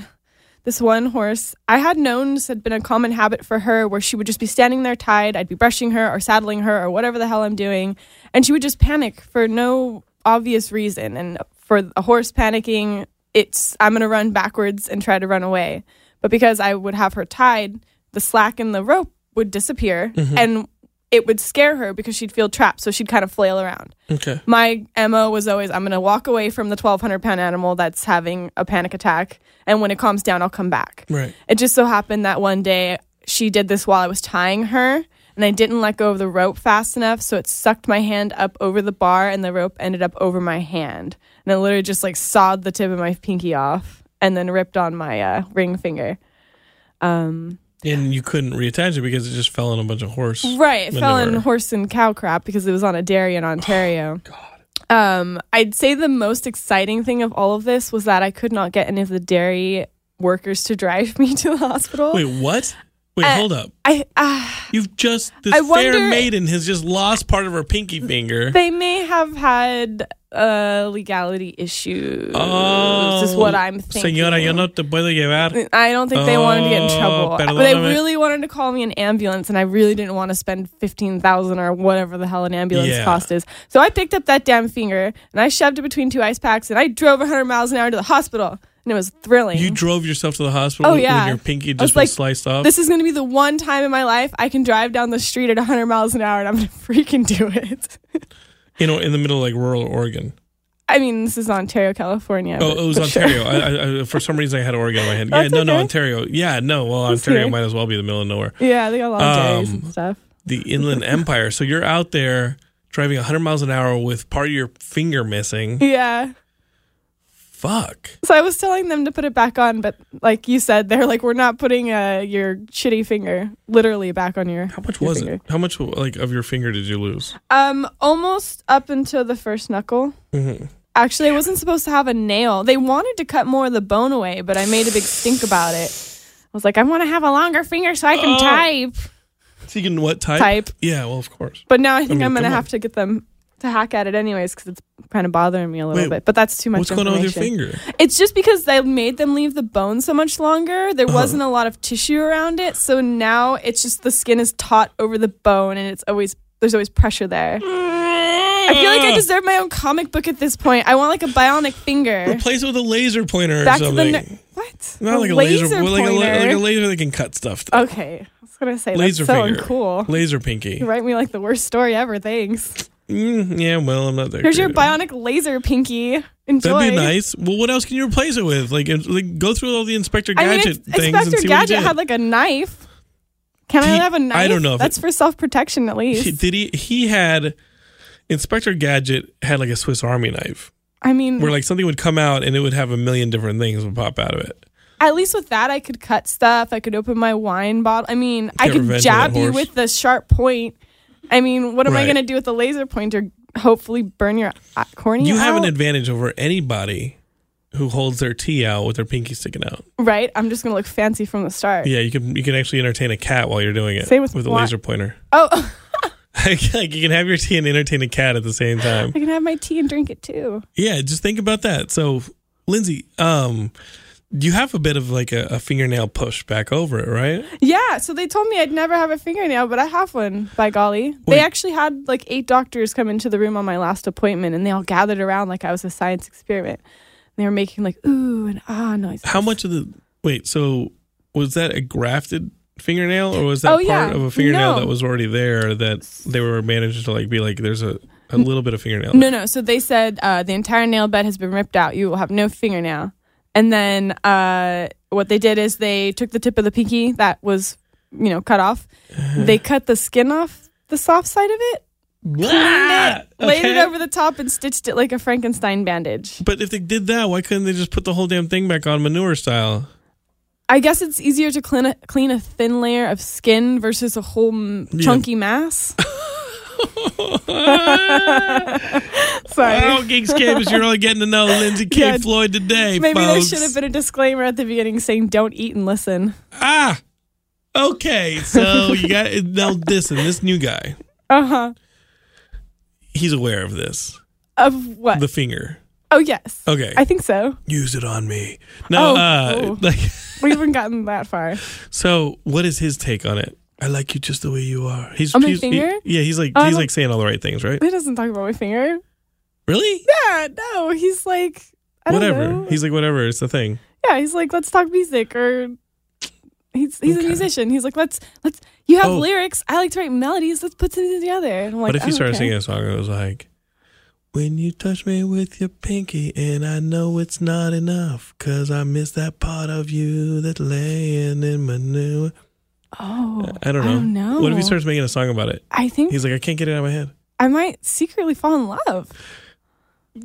S2: this one horse I had known this had been a common habit for her where she would just be standing there tied. I'd be brushing her or saddling her or whatever the hell I'm doing. And she would just panic for no obvious reason. And for a horse panicking, it's I'm going to run backwards and try to run away. But because I would have her tied, the slack in the rope would disappear and it would scare her because she'd feel trapped. So she'd kind of flail around
S1: Okay.
S2: my MO was always I'm going to walk away from the 1200 pound animal that's having a panic attack. And when it calms down, I'll come back.
S1: Right.
S2: It just so happened that one day she did this while I was tying her. And I didn't let go of the rope fast enough. So it sucked my hand up over the bar and the rope ended up over my hand. And I literally just like sawed the tip of my pinky off and then ripped on my uh, ring finger. Um,
S1: And you couldn't reattach it because it just fell on a bunch of horse.
S2: Right. It fell in
S1: manure. Oh,
S2: horse and cow crap because it was on a dairy in Ontario. Um, I'd say the most exciting thing of all of this was that I could not get any of the dairy workers to drive me to the hospital.
S1: Wait, what? Wait,
S2: Uh,
S1: hold up.
S2: I uh,
S1: You've just this
S2: I
S1: fair
S2: wonder-
S1: maiden has just lost part of her pinky finger.
S2: they may have had uh, legality issues.
S1: Oh,
S2: is what I'm thinking.
S1: Señora, yo no te puedo llevar.
S2: I don't think they wanted to get in
S1: Oh,
S2: trouble. But they
S1: perdóname.
S2: really wanted to call me an ambulance, and I really didn't want to spend fifteen thousand or whatever the hell an ambulance
S1: Yeah.
S2: cost is. So I picked up that damn finger and I shoved it between two ice packs, and I drove hundred miles an hour to the hospital, and it was thrilling.
S1: You drove yourself to the hospital
S2: Oh, yeah.
S1: when your pinky
S2: I was
S1: just was,
S2: like,
S1: sliced off.
S2: this is going to be the one time in my life I can drive down the street at 100 miles an hour and I'm going to freaking do it.
S1: you know, in the middle of like rural Oregon.
S2: I mean, this is Ontario, California.
S1: Oh,
S2: but-
S1: it was
S2: but sure.
S1: Ontario. I, I, I, for some reason, I had Oregon in my head. Yeah,
S2: That's
S1: no, no,
S2: okay.
S1: Ontario. Yeah, no. Well,
S2: That's
S1: Ontario
S2: okay.
S1: might as well be the middle of nowhere.
S2: Yeah, they got a lot of dairies
S1: Um,
S2: and stuff.
S1: The Inland Empire. So you're out there driving 100 miles an hour with part of your finger missing.
S2: Yeah.
S1: Fuck.
S2: So I was telling them to put it back on, but like you said, they're like, we're not putting uh, your shitty finger literally back on your.
S1: How much
S2: your
S1: was
S2: finger.
S1: it? How much like of your finger did you lose?
S2: Um, almost up until the first knuckle.
S1: Mhm.
S2: Actually, I wasn't supposed to have a nail. They wanted to cut more of the bone away, but I made a big stink about it. I was like, I want to have a longer finger so I can
S1: Oh.
S2: type.
S1: So you can what type?
S2: Type.
S1: Yeah. Well, of course.
S2: But now I think I
S1: mean,
S2: am gonna
S1: come on.
S2: have to get them to hack at it anyways because it's kind of bothering me a little
S1: Wait,
S2: bit. But that's too much.
S1: What's going on with your
S2: information.
S1: finger?
S2: It's just because I made them leave the bone so much longer.
S1: Uh-huh.
S2: There wasn't a lot of tissue around it, so now it's just the skin is taut over the bone, and it's always there's always pressure there. I feel like I deserve my own comic book at this point. I want like a bionic finger.
S1: Replace it with a laser pointer or
S2: Back to the
S1: something.
S2: ner- what?
S1: Not like a laser, well, like, a, la- like a laser that can cut stuff. though.
S2: okay, I was gonna say
S1: laser
S2: Oh, that's so
S1: finger.
S2: uncool.
S1: Laser pinky.
S2: You write me like the worst story ever. Thanks.
S1: Mm, yeah, well, I'm not there.
S2: Here's your
S1: creative.
S2: bionic laser, Pinky. Enjoy.
S1: That'd be nice. Well, what else can you replace it with? Like, it's- like go through all the Inspector
S2: I mean,
S1: Gadget
S2: if
S1: things and
S2: Inspector
S1: see
S2: Gadget
S1: what he did.
S2: had like a knife. Can I
S1: He-
S2: have a knife?
S1: I don't know if
S2: That's
S1: it-
S2: for self protection, at
S1: he,
S2: least.
S1: did he? He had Inspector Gadget had like a Swiss Army knife,
S2: I mean,
S1: where like something would come out and it would have a million different things would pop out of it.
S2: at least with that, I could cut stuff. I could open my wine bottle. I mean, I
S1: Get revenge
S2: could
S1: on
S2: jab
S1: that
S2: you
S1: horse.
S2: with the sharp point. I mean, what am I
S1: Right.
S2: going to do with the laser pointer? Hopefully, burn your uh, cornea.
S1: You have an
S2: out?
S1: advantage over anybody who holds their tea out with their pinky sticking out.
S2: right. I'm just going to look fancy from the start.
S1: Yeah, you can you can actually entertain a cat while you're doing it.
S2: Same with
S1: a
S2: wa-
S1: laser pointer.
S2: Oh,
S1: like you can have your tea and entertain a cat at the same time.
S2: I can have my tea and drink it too.
S1: Yeah, just think about that. So, Lindsay, um, you have a bit of like a, a fingernail push back over it, right?
S2: Yeah, so they told me I'd never have a fingernail, but I have one, by golly.
S1: Wait.
S2: They actually had like eight doctors come into the room on my last appointment and they all gathered around like I was a science experiment. And they were making like ooh and ah noises.
S1: How much of the wait? So, was that a grafted fingernail, or was that
S2: Oh,
S1: part
S2: yeah.
S1: of a fingernail
S2: No.
S1: that was already there that they were managing to like be like, there's a, a little bit of fingernail?
S2: No, no. So they said uh, the entire nail bed has been ripped out. You will have no fingernail. And then uh, what they did is they took the tip of the pinky that was, you know, cut off.
S1: Uh-huh.
S2: they cut the skin off the soft side of it,
S1: Ah!
S2: laid it
S1: Okay.
S2: over the top, and stitched it like a Frankenstein bandage.
S1: But if they did that, why couldn't they just put the whole damn thing back on manure style?
S2: I guess it's easier to clean a, clean a thin layer of skin versus a whole m
S1: Yeah.
S2: chunky mass. Sorry.
S1: Wow, Geeks Campus, you're only getting to know Lindsay K.
S2: Yeah.
S1: Floyd today,
S2: Maybe there
S1: folks.
S2: should have been a disclaimer at the beginning saying don't eat and listen.
S1: Ah, okay. So you got now. Listen, this new guy,
S2: Uh huh.
S1: he's aware of this.
S2: Of what?
S1: The finger.
S2: oh, yes.
S1: Okay,
S2: I think so.
S1: use it on me. No,
S2: Oh,
S1: uh,
S2: oh.
S1: like
S2: we haven't gotten that far.
S1: So, what is his take on it? I like you just the way you are. He's
S2: On my
S1: he's- he-
S2: finger?
S1: yeah, he's like
S2: Oh, I
S1: he's
S2: don't-
S1: like saying all the right things, right?
S2: He doesn't talk about my finger.
S1: Really?
S2: Yeah, no, he's like, I
S1: whatever.
S2: don't know.
S1: He's like whatever. It's the thing.
S2: yeah, he's like, let's talk music or. He's, he's
S1: Okay.
S2: a musician. He's like, let's let's. You have
S1: Oh.
S2: lyrics. I like to write melodies. Let's put something together. And I'm like,
S1: but if
S2: oh,
S1: you started
S2: okay.
S1: singing a song, it was like, "When you touch me with your pinky, and I know it's not enough, cause I miss that part of you that's laying in my new."
S2: oh,
S1: I don't know.
S2: I don't know.
S1: What if he starts making a song about it?
S2: I think
S1: He's like, I can't get it out of my head.
S2: I might secretly fall in love.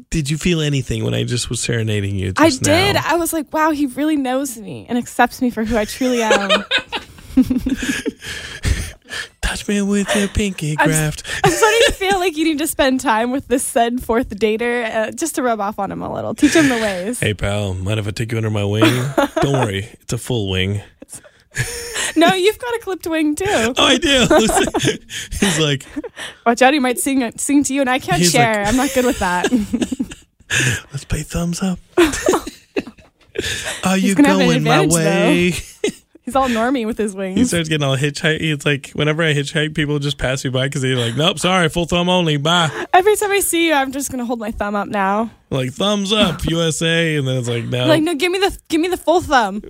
S1: Did you feel anything when I just was serenading you?
S2: I
S1: Just now?
S2: did. I was like, wow, he really knows me and accepts me for who I truly am.
S1: Touch me with your pinky
S2: I'm-
S1: graft.
S2: I'm starting to feel like you need to spend time with this said fourth dater uh, just to rub off on him a little, teach him the ways.
S1: Hey pal, mind if I take you under my wing? Don't worry, it's a full wing.
S2: No, you've got a clipped wing too.
S1: Oh, I do. he's like,
S2: Watch out, he might sing uh, sing to you, and I can't
S1: He's
S2: share. I'm not good with that.
S1: let's play thumbs up. Are you
S2: gonna have an
S1: going my
S2: advantage,
S1: way?
S2: He's all normie with his
S1: He
S2: wings.
S1: starts getting all hitchhike. It's like whenever I hitchhike, people just pass me by because they're like, "Nope, sorry, full thumb only." Bye.
S2: Every time I see you, I'm just gonna hold my thumb up now.
S1: Like thumbs up, USA, and then it's like, "No,
S2: Like, no, give me the give me the full thumb.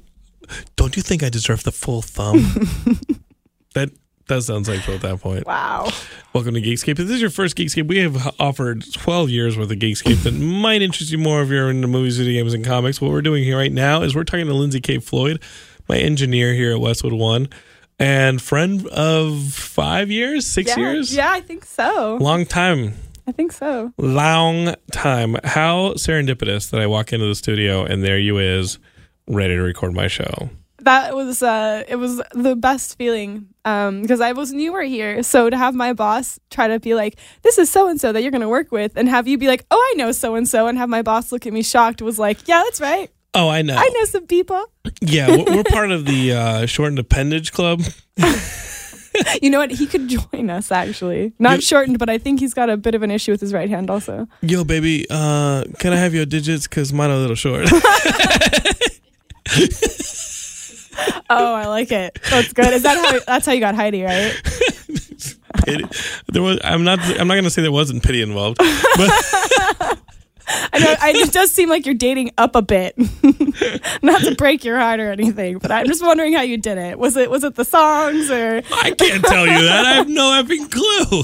S1: don't you think I deserve the full thumb?" that that sounds like at that point.
S2: Wow.
S1: Welcome to Geekscape. If this is your first Geekscape, we have offered 12 years worth of Geekscape that might interest you more if you're into movies, video games, and comics. What we're doing here right now is we're talking to Lindsay K. Floyd, my engineer here at Westwood One, and friend of five years, six
S2: yeah.
S1: years?
S2: Yeah, I think so.
S1: Long time.
S2: I think so.
S1: Long time. How serendipitous that I walk into the studio and there you is, ready to record my show.
S2: that was uh it was the best feeling um because i was newer here so to have my boss try to be like this is so and so that you're gonna work with and have you be like oh i know so and so and have my boss look at me shocked was like yeah that's right
S1: Oh, I know.
S2: i know some people
S1: Yeah, we're, we're part of the uh, shortened appendage club.
S2: you know what he could join us actually not
S1: You-
S2: shortened but i think he's got a bit of an issue with his right hand also
S1: Yo, baby, uh, can I have your digits? Cause mine are a little short.
S2: oh i like it that's good is that how that's how you got heidi right
S1: It- there was. I'm not. I'm not gonna say there wasn't pity involved. But
S2: i know I, it does seem like you're dating up a bit not to break your heart or anything but i'm just wondering how you did it was it was it the songs or
S1: I can't tell you that. I have no effing clue.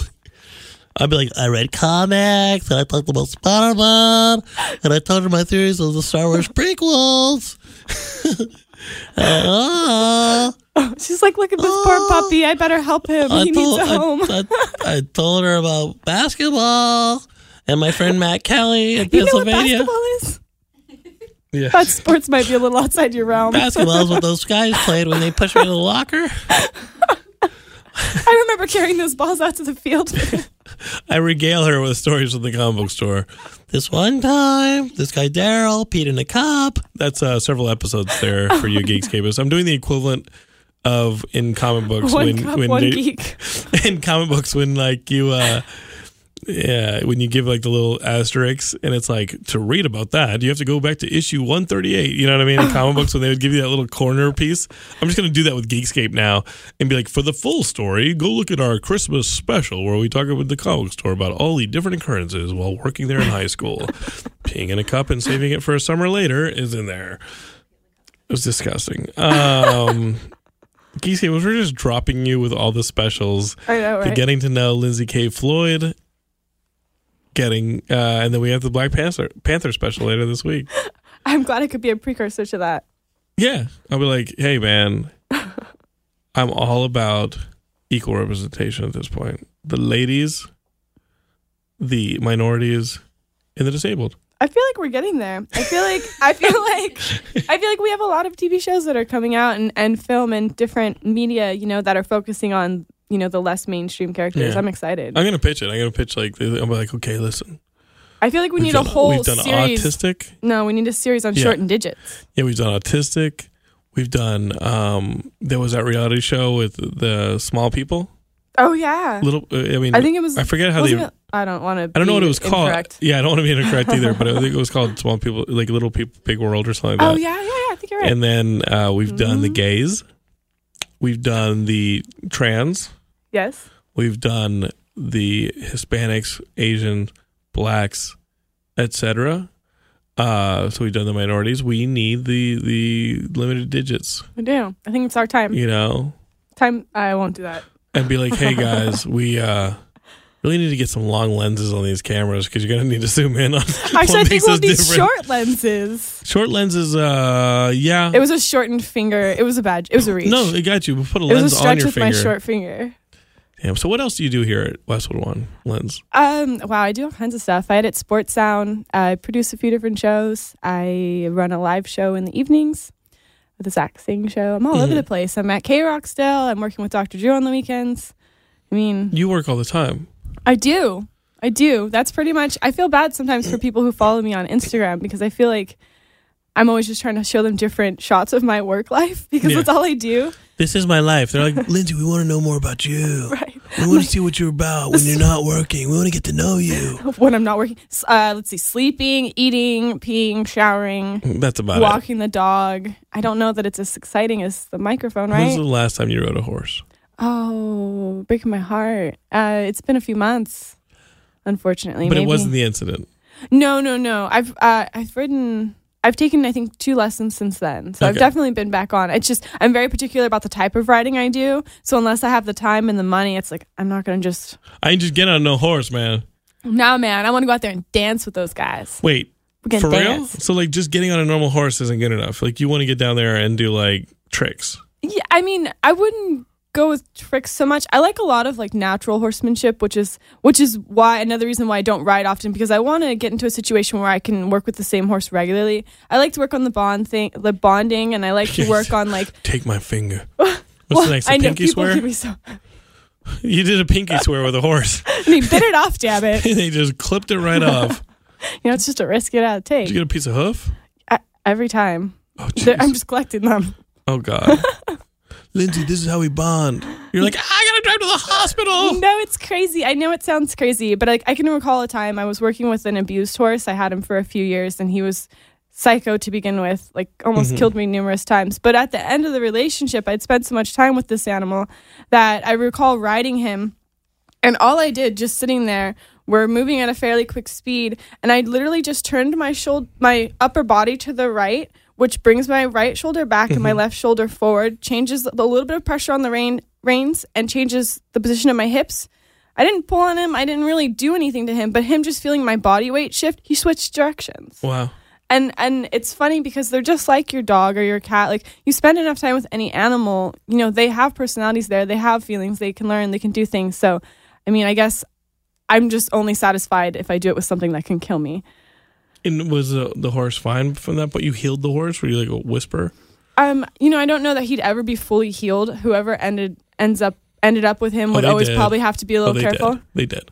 S1: I'd be like, I read comics, and I talked about Spider-Man, and I told her my theories of the Star Wars prequels. uh,
S2: She's like, look at this
S1: Oh.
S2: poor puppy. I better help him.
S3: I
S2: he needs
S3: told,
S2: a
S3: I-
S2: home.
S3: I, I told her about basketball and my friend Matt Kelly in
S2: you know what
S3: Pennsylvania.
S2: basketball is?
S1: yeah.
S2: That sports might be a little outside your realm.
S3: Basketball is what those guys played when they pushed me to the locker.
S2: I remember carrying those balls out to the field.
S1: I regale her with stories from the comic book store.
S3: This one time, this guy Daryl peed in a cup.
S1: That's uh, several episodes there for you, Geekscapists. I'm doing the equivalent of in comic books
S2: one
S1: when
S2: cup,
S1: when
S2: one
S1: da-
S2: geek.
S1: in comic books when like you uh yeah when you give like the little asterisks and it's like to read about that you have to go back to issue 138 you know what i mean in comic books when they would give you that little corner piece i'm just going to do that with geekscape now and be like for the full story go look at our christmas special where we talk about the comic store about all the different occurrences while working there in high school peeing in a cup and saving it for a summer later is in there it was disgusting um geekscape was we're just dropping you with all the specials
S2: I know,
S1: to
S2: right?
S1: getting to know Lindsay K. Floyd, getting, uh, and then we have the Black Panther Panther special later this week.
S2: I'm glad I could be a precursor to that.
S1: Yeah, I'll be like, hey man, I'm all about equal representation at this point. The ladies, the minorities, and the disabled.
S2: I feel like we're getting there. I feel like I feel like I feel like we have a lot of TV shows that are coming out and, and film and different media, you know, that are focusing on, you know, the less mainstream characters.
S1: Yeah.
S2: I'm excited.
S1: I'm gonna pitch it. I'm gonna pitch like I'm like, okay, listen,
S2: I feel like we
S1: we've
S2: need
S1: done-
S2: a whole
S1: We've done
S2: series.
S1: autistic.
S2: No, we need a series on
S1: Yeah.
S2: shortened digits.
S1: Yeah, we've done autistic. We've done. um There was that reality show with the small people.
S2: Oh yeah.
S1: Little, uh, I mean,
S2: I think it was.
S1: I forget how they.
S2: wasn't it- I don't want to.
S1: I don't know what it was called. Yeah, I don't want to be incorrect either, but I think it was called Small People, like Little People, Big World or something like that.
S2: Oh yeah, yeah, yeah. I think you're right. Mm-hmm.
S1: And then uh, we've done the gays, we've done the trans,
S2: yes.
S1: we've done the Hispanics, Asian, blacks, etc. Uh, so we've done the minorities. We need the the limited digits,
S2: We do. I think it's our time.
S1: you know,
S2: Time. I won't do that.
S1: and be like, hey guys, we uh, really need to get some long lenses on these cameras because you're gonna need to zoom in on. what
S2: Actually, I think
S1: makes
S2: we'll
S1: us
S2: need
S1: different.
S2: short lenses.
S1: Short lenses, uh, yeah.
S2: It was a shortened finger. It was a badge. It was a reach.
S1: no, it got you. We'll Put a
S2: it was
S1: lens
S2: a
S1: on
S2: stretch
S1: your
S2: with
S1: finger.
S2: my short finger.
S1: Damn. So what else do you do here at Westwood One Lens?
S2: Um, wow, I do all kinds of stuff. I edit Sports Sound. I produce a few different shows. I run a live show in the evenings with a Zach Sing show. I'm all over
S1: Mm-hmm.
S2: the place. I'm at K Rock still. I'm working with Dr. Drew on the weekends. I mean,
S1: You work all the time.
S2: I do. I do. That's pretty much. I feel bad sometimes for people who follow me on Instagram because I feel like I'm always just trying to show them different shots of my work life because
S1: Yeah.
S2: that's all I do.
S3: This is my life. They're like, Lindsay, we want to know more about you.
S2: Right.
S3: We want to see what you're about when you're not working. We want to get to know you.
S2: When I'm not working, S- uh, let's see, sleeping, eating, peeing, showering,
S1: That's about it.
S2: walking the dog. I don't know that it's as exciting as the microphone,
S1: When's
S2: right?
S1: the last time you rode a horse?
S2: oh, breaking my heart. Uh, it's been a few months, unfortunately.
S1: But
S2: maybe.
S1: it wasn't the incident.
S2: No, no, no. I've uh, I've ridden. I've taken I think two lessons since then, so I've
S1: Okay.
S2: definitely been back on. It's just I'm very particular about the type of riding I do. So unless I have the time and the money, it's like I'm not gonna just.
S1: I ain't just get on no horse, man.
S2: Nah, man, I want to go out there and dance with those guys.
S1: Wait,
S2: We can
S1: for real?
S2: dance.
S1: So like, just getting on a normal horse isn't good enough. Like, you want to get down there and do like tricks.
S2: Yeah, I mean, I wouldn't go with tricks so much. I like a lot of like natural horsemanship, which is which is why another reason why I don't ride often because I want to get into a situation where I can work with the same horse regularly. I like to work on the bond thing, the bonding, and I like to work on like.
S1: Take my finger. What's the next? A
S2: I know
S1: pinky
S2: people
S1: swear?
S2: give me so.
S1: You did a pinky swear with a horse.
S2: They bit it off, damn it. You
S1: they just clipped it right off.
S2: know, it's just a risk it out
S1: Did you
S2: take
S1: get a piece of hoof?
S2: I, every time.
S1: Oh,
S2: They're-
S1: jeez.
S2: I'm just collecting them.
S1: oh god.
S3: Lindsay, this is how we bond.
S1: You're like, I gotta drive to the hospital.
S2: No, it's crazy. I know it sounds crazy, but like I can recall a time I was working with an abused horse. I had him for a few years, and he was psycho to begin with. Like almost killed me numerous times. But at the end of the relationship, I'd spent so much time with this animal that I recall riding him, and all I did just sitting there. We're moving at a fairly quick speed, and I literally just turned my shoulder, my upper body to the right, which brings my right shoulder back and my left shoulder forward, changes a little bit of pressure on the rein- reins, and changes the position of my hips. I didn't pull on him. I didn't really do anything to him, but him just feeling my body weight shift, he switched directions.
S1: Wow.
S2: And and it's funny because they're just like your dog or your cat. Like you spend enough time with any animal, you know, they have personalities there, they have feelings, they can learn, they can do things. So, I mean, I guess I'm just only satisfied if I do it with something that can kill me.
S1: And was the, the horse fine from that point? You healed the horse? Were you like a whisper?
S2: Um, you know, I don't know that he'd ever be fully healed. Whoever ended ends up ended up with him would
S1: Oh, they
S2: always
S1: did. Oh,
S2: probably have to be a little
S1: they
S2: careful.
S1: did. They did.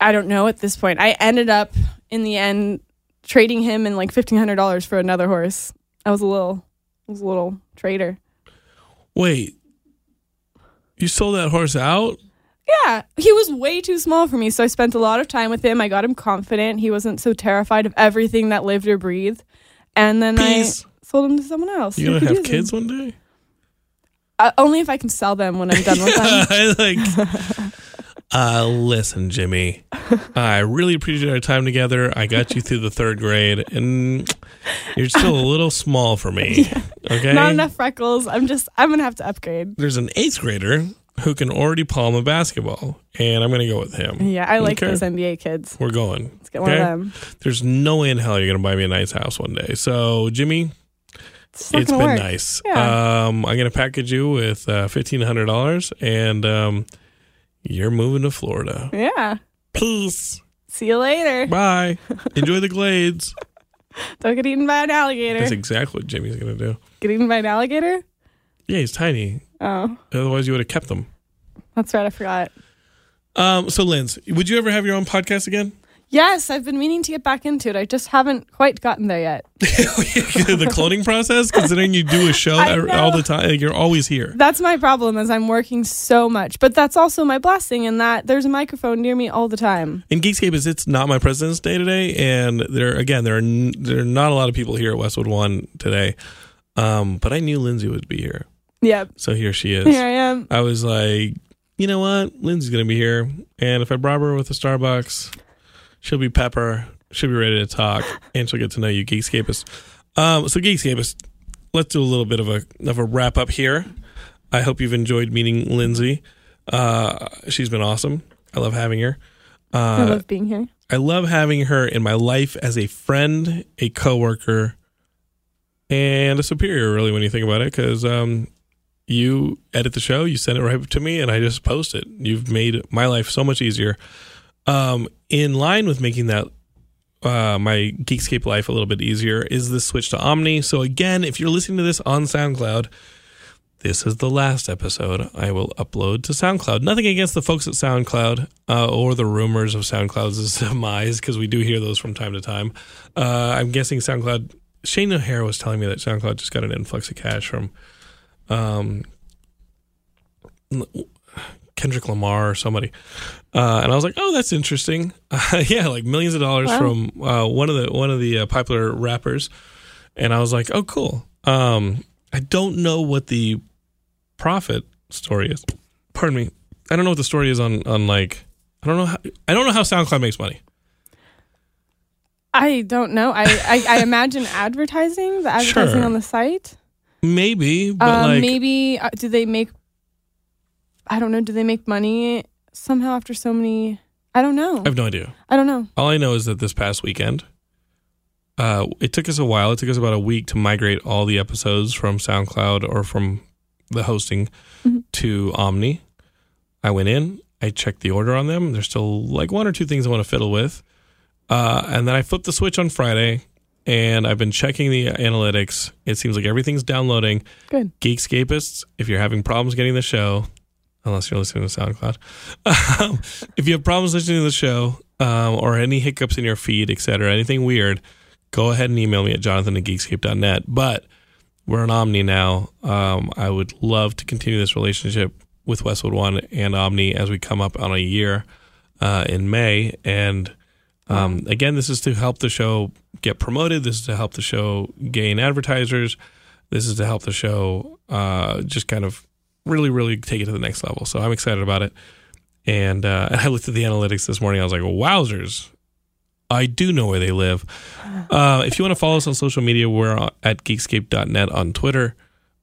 S2: I don't know at this point. I ended up in the end trading him in like fifteen hundred dollars for another horse. I was a little, I was a little trader.
S1: Wait. You sold that horse out?
S2: Yeah, he was way too small for me, so I spent a lot of time with him. I got him confident. He wasn't so terrified of everything that lived or breathed. And then
S1: Peace.
S2: I sold him to someone else.
S1: You gonna
S2: Who could
S1: have
S2: use him.
S1: kids one day?
S2: Uh, only if I can sell them when I'm done with them.
S1: I like. Uh, listen, Jimmy. I really appreciate our time together. I got you through the third grade, and you're still a little small for me. Okay,
S2: Not enough freckles. I'm just. I'm gonna have to upgrade.
S1: There's an eighth grader who can already palm a basketball, and I'm gonna go with him.
S2: Yeah, I like
S1: Okay.
S2: those NBA kids.
S1: We're going.
S2: Let's get one
S1: Okay?
S2: of them.
S1: There's no way in hell you're gonna buy me a nice house one day. So, Jimmy,
S2: It's, not
S1: it's been
S2: gonna work.
S1: nice.
S2: Yeah.
S1: Um, I'm gonna package you with uh, fifteen hundred dollars, and um, you're moving to Florida.
S2: Yeah.
S1: Peace.
S2: See you later.
S1: Bye. Enjoy the glades.
S2: Don't get eaten by an alligator.
S1: That's exactly what Jimmy's gonna do.
S2: get eaten by an alligator?
S1: Yeah, he's tiny.
S2: Oh,
S1: Otherwise, you would have kept them.
S2: that's right. I forgot.
S1: Um, so, Linz, would you ever have your own podcast again?
S2: Yes, I've been meaning to get back into it. I just haven't quite gotten there yet.
S1: the cloning process, considering you do a show
S2: I
S1: e-
S2: know.
S1: all the time, like, you're always here.
S2: That's my problem is I'm working so much. But that's also my blessing in that there's a microphone near me all the time.
S1: In Geekscape, is it's not my president's day today, and there again there are n- there are not a lot of people here at Westwood One today, um, but I knew Lindsay would be here,
S2: Yep.
S1: so here she is.
S2: Here I am.
S1: I was like, you know what, Lindsay's gonna be here, and if I bribe her with a Starbucks, she'll be pepper, she'll be ready to talk, and she'll get to know you, Geekscapists. Um, so Geekscapists, let's do a little bit of a of a wrap up here. I hope you've enjoyed meeting Lindsay. Uh, she's been awesome. I love having her.
S2: I
S1: Uh,
S2: love being here.
S1: I love having her in my life as a friend, a coworker, and a superior. Really, when you think about it, because um, you edit the show, you send it right to me, and I just post it. You've made my life so much easier. Um, in line with making that uh, my Geekscape life a little bit easier is this switch to Omni. So again, if you're listening to this on SoundCloud, this is the last episode I will upload to SoundCloud. Nothing against the folks at SoundCloud uh, or the rumors of SoundCloud's demise, because we do hear those from time to time. Uh, I'm guessing SoundCloud. Shane O'Hara was telling me that SoundCloud just got an influx of cash from um, Kendrick Lamar or somebody, uh, and I was like, "Oh, that's interesting." yeah, like millions of dollars
S2: Wow.
S1: from uh, one of the one of the uh, popular rappers, and I was like, "Oh, cool." Um, I don't know what the profit story is. Pardon me. I don't know what the story is on on like I don't know how I don't know how SoundCloud makes money.
S2: I don't know. I, I, I imagine advertising, the advertising
S1: Sure.
S2: on the site.
S1: Maybe, but
S2: um,
S1: like
S2: maybe uh, do they make? I don't know. Do they make money somehow after so many? I don't know.
S1: I have no idea.
S2: I don't know.
S1: All I know is that this past weekend, uh, it took us a while. It took us about a week to migrate all the episodes from SoundCloud or from the hosting
S2: Mhm.
S1: to Omni. I went in, I checked the order on them. There's still like one or two things I want to fiddle with. Uh, and then I flipped the switch on Friday and I've been checking the analytics. It seems like everything's downloading.
S2: Good.
S1: Geekscapists, if you're having problems getting the show, unless you're listening to SoundCloud, um, if you have problems listening to the show um, or any hiccups in your feed, et cetera, anything weird, go ahead and email me at jonathan at geekscape.net. But we're an Omni now. Um, I would love to continue this relationship with Westwood One and Omni as we come up on a year uh, in May. And um, again, this is to help the show get promoted. This is to help the show gain advertisers. This is to help the show uh, just kind of really, really take it to the next level. So I'm excited about it. And, uh, and I looked at the analytics this morning. I was like, wowzers. I do know where they live. Uh, if you want to follow us on social media, we're at geekscape.net on Twitter.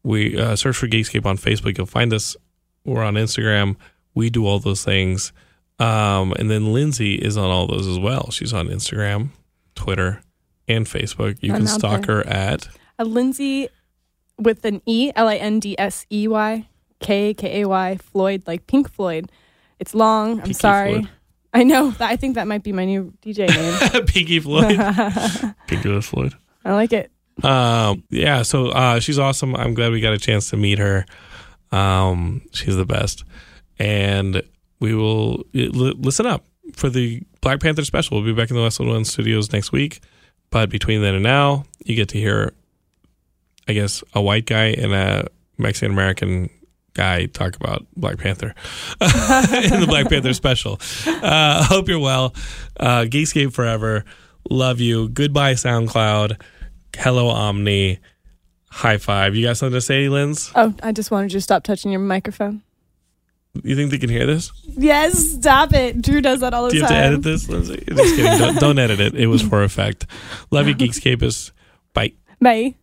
S1: We uh, search for Geekscape on Facebook. You'll find us. We're on Instagram. We do all those things. Um, and then Lindsay is on all those as well. She's on Instagram, Twitter, and Facebook. You
S2: I'm
S1: can
S2: out
S1: stalk her at
S2: A Lindsay with an E, L I N D S E Y, K K A Y, Floyd, like Pink Floyd. It's long. I'm
S1: Pinky
S2: sorry.
S1: Floyd.
S2: I know. but I think that might be my new DJ name.
S1: Pinky Floyd. Pinky Floyd.
S2: I like it.
S1: Um, yeah, so uh, she's awesome. I'm glad we got a chance to meet her. Um, she's the best. And we will l- listen up for the Black Panther special. We'll be back in the Westwood One studios next week. But between then and now, you get to hear, I guess, a white guy and a Mexican American guy talk about Black Panther in the Black Panther special. Uh, hope you're well. Uh, Geekscape forever. Love you. Goodbye, SoundCloud. Hello, Omni. High five. You got something to say, Linz?
S2: Oh, I just wanted you to stop touching your microphone.
S1: You think they can hear this?
S2: Yes, stop it. Drew does that all the
S1: Do you have
S2: time.
S1: to edit this, Lindsay? Just kidding. Don't, don't edit it. It was for effect. Love you, Geekscapists. Bye.
S2: Bye.